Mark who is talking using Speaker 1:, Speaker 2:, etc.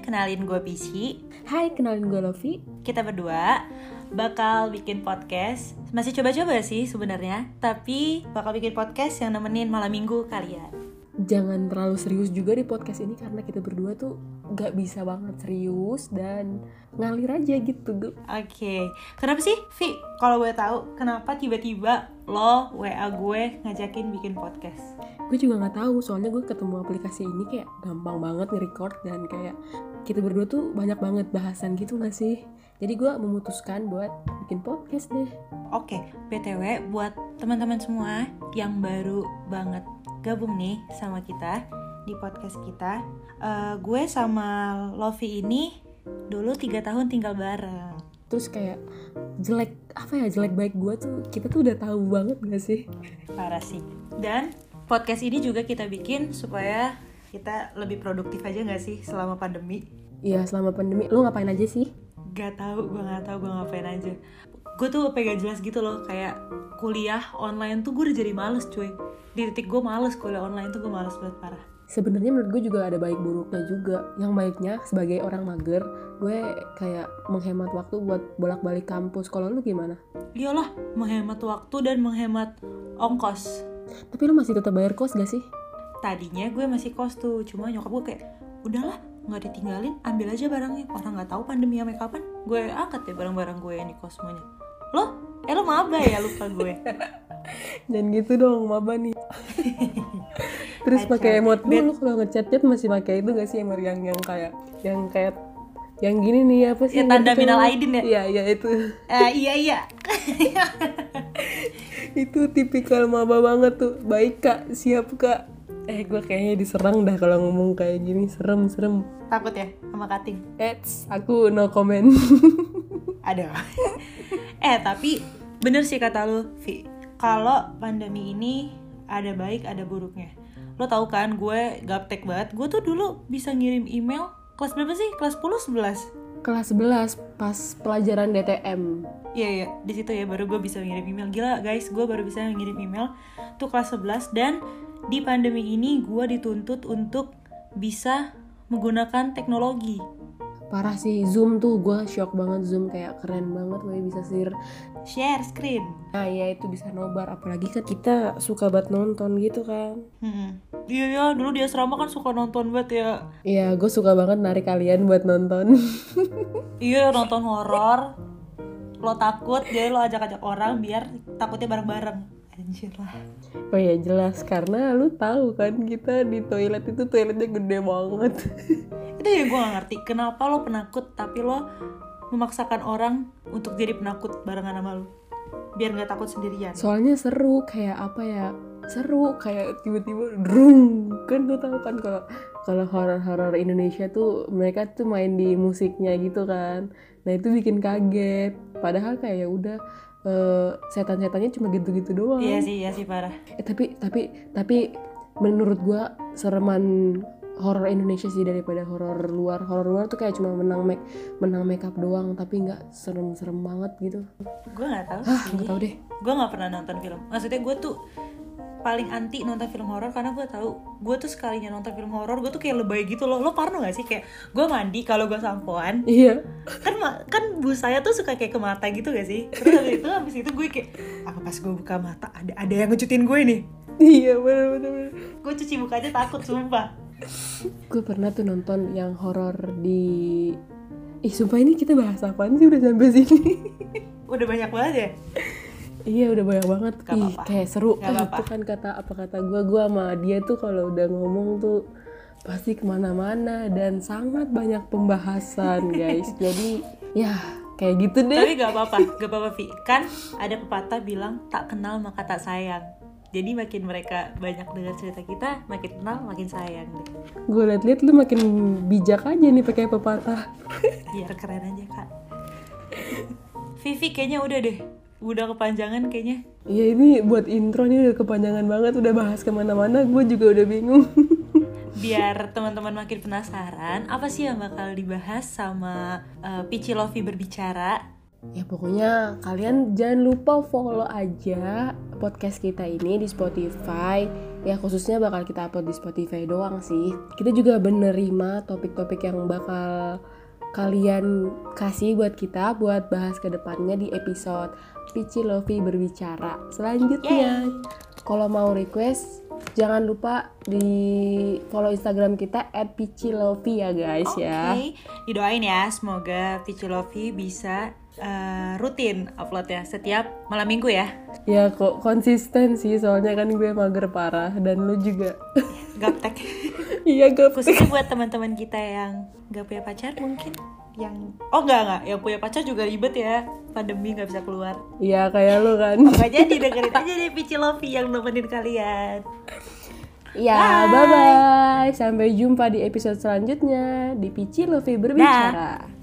Speaker 1: kenalin gue Pici.
Speaker 2: Hai, kenalin gue Lovi.
Speaker 1: Kita berdua bakal bikin podcast. Masih coba-coba sih sebenarnya, tapi bakal bikin podcast yang nemenin malam minggu kalian.
Speaker 2: Jangan terlalu serius juga di podcast ini karena kita berdua tuh gak bisa banget serius dan ngalir aja gitu. Gu.
Speaker 1: Oke, kenapa sih, Vi? Kalau gue tahu, kenapa tiba-tiba lo WA gue ngajakin bikin podcast?
Speaker 2: Gue juga gak tahu soalnya gue ketemu aplikasi ini kayak gampang banget nge-record dan kayak kita berdua tuh banyak banget bahasan gitu gak sih? Jadi gue memutuskan buat bikin podcast deh.
Speaker 1: Oke, BTW buat teman-teman semua yang baru banget gabung nih sama kita di podcast kita. eh, gue sama Lovi ini dulu tiga tahun tinggal bareng.
Speaker 2: Terus kayak jelek apa ya jelek baik gue tuh kita tuh udah tahu banget gak sih?
Speaker 1: Parah sih. Dan podcast ini juga kita bikin supaya kita lebih produktif aja nggak sih selama pandemi?
Speaker 2: Iya selama pandemi lo ngapain aja sih?
Speaker 1: Gak tau, gue gak tau gue ngapain aja. Gue tuh apa gak jelas gitu loh, kayak kuliah online tuh gue udah jadi males cuy. Di titik gue males kuliah online tuh gue males banget parah.
Speaker 2: Sebenarnya menurut gue juga ada baik buruknya juga. Yang baiknya sebagai orang mager, gue kayak menghemat waktu buat bolak-balik kampus. Kalau lu gimana?
Speaker 1: Iyalah, menghemat waktu dan menghemat ongkos.
Speaker 2: Tapi lu masih tetap bayar kos gak sih?
Speaker 1: Tadinya gue masih kos tuh, cuma nyokap gue kayak, udahlah nggak ditinggalin, ambil aja barangnya. Orang nggak tahu pandemi sampai kapan, gue angkat deh barang-barang gue yang di kos semuanya. Loh, eh lo maba ya lupa gue.
Speaker 2: Dan gitu dong, maba nih. Terus
Speaker 1: Kacau.
Speaker 2: pakai emot dulu kalau ngechat-chat masih pakai itu gak sih yang yang yang kayak yang kayak yang gini nih apa
Speaker 1: Ya,
Speaker 2: sih?
Speaker 1: tanda
Speaker 2: gitu.
Speaker 1: minal aidin ya?
Speaker 2: Iya, iya itu.
Speaker 1: Eh, iya iya.
Speaker 2: itu tipikal maba banget tuh. Baik Kak, siap Kak. Eh, gue kayaknya diserang dah kalau ngomong kayak gini. Serem, serem.
Speaker 1: Takut ya sama kating.
Speaker 2: Eits, aku no comment.
Speaker 1: Ada. eh tapi bener sih kata lu, Vi. Kalau pandemi ini ada baik ada buruknya. Lo tau kan gue gaptek banget. Gue tuh dulu bisa ngirim email kelas berapa sih? Kelas 10 11.
Speaker 2: Kelas 11 pas pelajaran DTM.
Speaker 1: Iya iya, di situ ya baru gue bisa ngirim email. Gila guys, gue baru bisa ngirim email tuh kelas 11 dan di pandemi ini gue dituntut untuk bisa menggunakan teknologi.
Speaker 2: Parah sih Zoom tuh gue shock banget Zoom kayak keren banget gue bisa share.
Speaker 1: Share screen.
Speaker 2: Nah, ya itu bisa nobar apalagi kan kita suka banget nonton gitu kan.
Speaker 1: Hmm. Iya ya, dulu di asrama kan suka nonton banget ya.
Speaker 2: Iya, gue suka banget narik kalian buat nonton.
Speaker 1: Iya nonton horor. Lo takut, jadi lo ajak-ajak orang biar takutnya bareng-bareng. Anjir lah.
Speaker 2: oh ya jelas karena lu tahu kan kita di toilet itu toiletnya gede banget.
Speaker 1: Itu ya gue gak ngerti kenapa lo penakut tapi lo memaksakan orang untuk jadi penakut barengan sama lo. Biar gak takut sendirian.
Speaker 2: Soalnya seru kayak apa ya? Seru kayak tiba-tiba drung kan lu tahu kan kalau kalau horor-horor Indonesia tuh mereka tuh main di musiknya gitu kan. Nah, itu bikin kaget. Padahal kayak ya udah eh, setan-setannya cuma gitu-gitu doang.
Speaker 1: Iya sih, iya sih parah.
Speaker 2: Eh, tapi tapi tapi menurut gua sereman horor Indonesia sih daripada horor luar. Horor luar tuh kayak cuma menang make menang makeup doang tapi nggak serem-serem banget gitu.
Speaker 1: Gue gak tahu
Speaker 2: Hah,
Speaker 1: sih.
Speaker 2: Ah, nggak tahu deh.
Speaker 1: gue nggak pernah nonton film maksudnya gue tuh paling anti nonton film horor karena gue tahu gue tuh sekalinya nonton film horor gue tuh kayak lebay gitu loh lo parno gak sih kayak gue mandi kalau gue sampoan
Speaker 2: Iya.
Speaker 1: kan ma- kan bus saya tuh suka kayak ke mata gitu gak sih terus habis itu habis itu gue kayak apa pas gue buka mata ada ada yang ngecutin gue nih
Speaker 2: Iya, benar-benar.
Speaker 1: gue cuci mukanya takut sumpah
Speaker 2: Gue pernah tuh nonton yang horor di Ih, sumpah ini kita bahas apaan sih udah sampai sini?
Speaker 1: udah banyak banget ya
Speaker 2: iya, udah banyak banget.
Speaker 1: Gak
Speaker 2: Ih,
Speaker 1: apa-apa.
Speaker 2: kayak seru.
Speaker 1: Gak
Speaker 2: Ah,
Speaker 1: apa-apa.
Speaker 2: Itu kan kata apa kata gue, gue sama dia tuh kalau udah ngomong tuh pasti kemana-mana dan sangat banyak pembahasan guys. Jadi ya kayak gitu deh.
Speaker 1: tapi gak apa-apa gak apa-apa Vi kan ada pepatah bilang tak kenal maka tak sayang jadi makin mereka banyak dengar cerita kita makin kenal makin sayang deh
Speaker 2: Gue liat-liat lu makin bijak aja nih pakai pepatah.
Speaker 1: biar keren aja kak Iya. Vivi kayaknya udah deh udah kepanjangan kayaknya
Speaker 2: Iya ini buat intro nih udah kepanjangan banget, udah bahas kemana-mana, gue juga udah bingung.
Speaker 1: biar teman-teman makin penasaran apa sih yang bakal dibahas sama eh, Pici Lovi berbicara
Speaker 2: Ya pokoknya kalian jangan lupa follow aja podcast kita ini di Spotify, ya khususnya bakal kita upload di Spotify doang sih kita juga menerima topik-topik yang bakal kalian kasih buat kita buat bahas ke depannya di episode Pici Lovi berbicara selanjutnya kalau mau request jangan lupa di follow Instagram kita @picilovi ya guys
Speaker 1: Oke,
Speaker 2: ya
Speaker 1: didoain ya semoga Picilovi bisa eh, rutin uploadnya setiap malam minggu ya.
Speaker 2: Ya kok konsisten sih soalnya kan gue mager parah dan lu juga.
Speaker 1: Gaptek.
Speaker 2: iya gak
Speaker 1: Khususnya buat teman-teman kita yang nggak punya pacar mungkin yang oh nggak nggak yang punya pacar juga ribet ya pandemi nggak bisa keluar
Speaker 2: Iya kayak lu kan.
Speaker 1: nggak jadi dengerin aja deh Picilovi yang nemenin kalian
Speaker 2: Ya bye bye. Sampai jumpa di episode selanjutnya di Pici Lovi berbicara.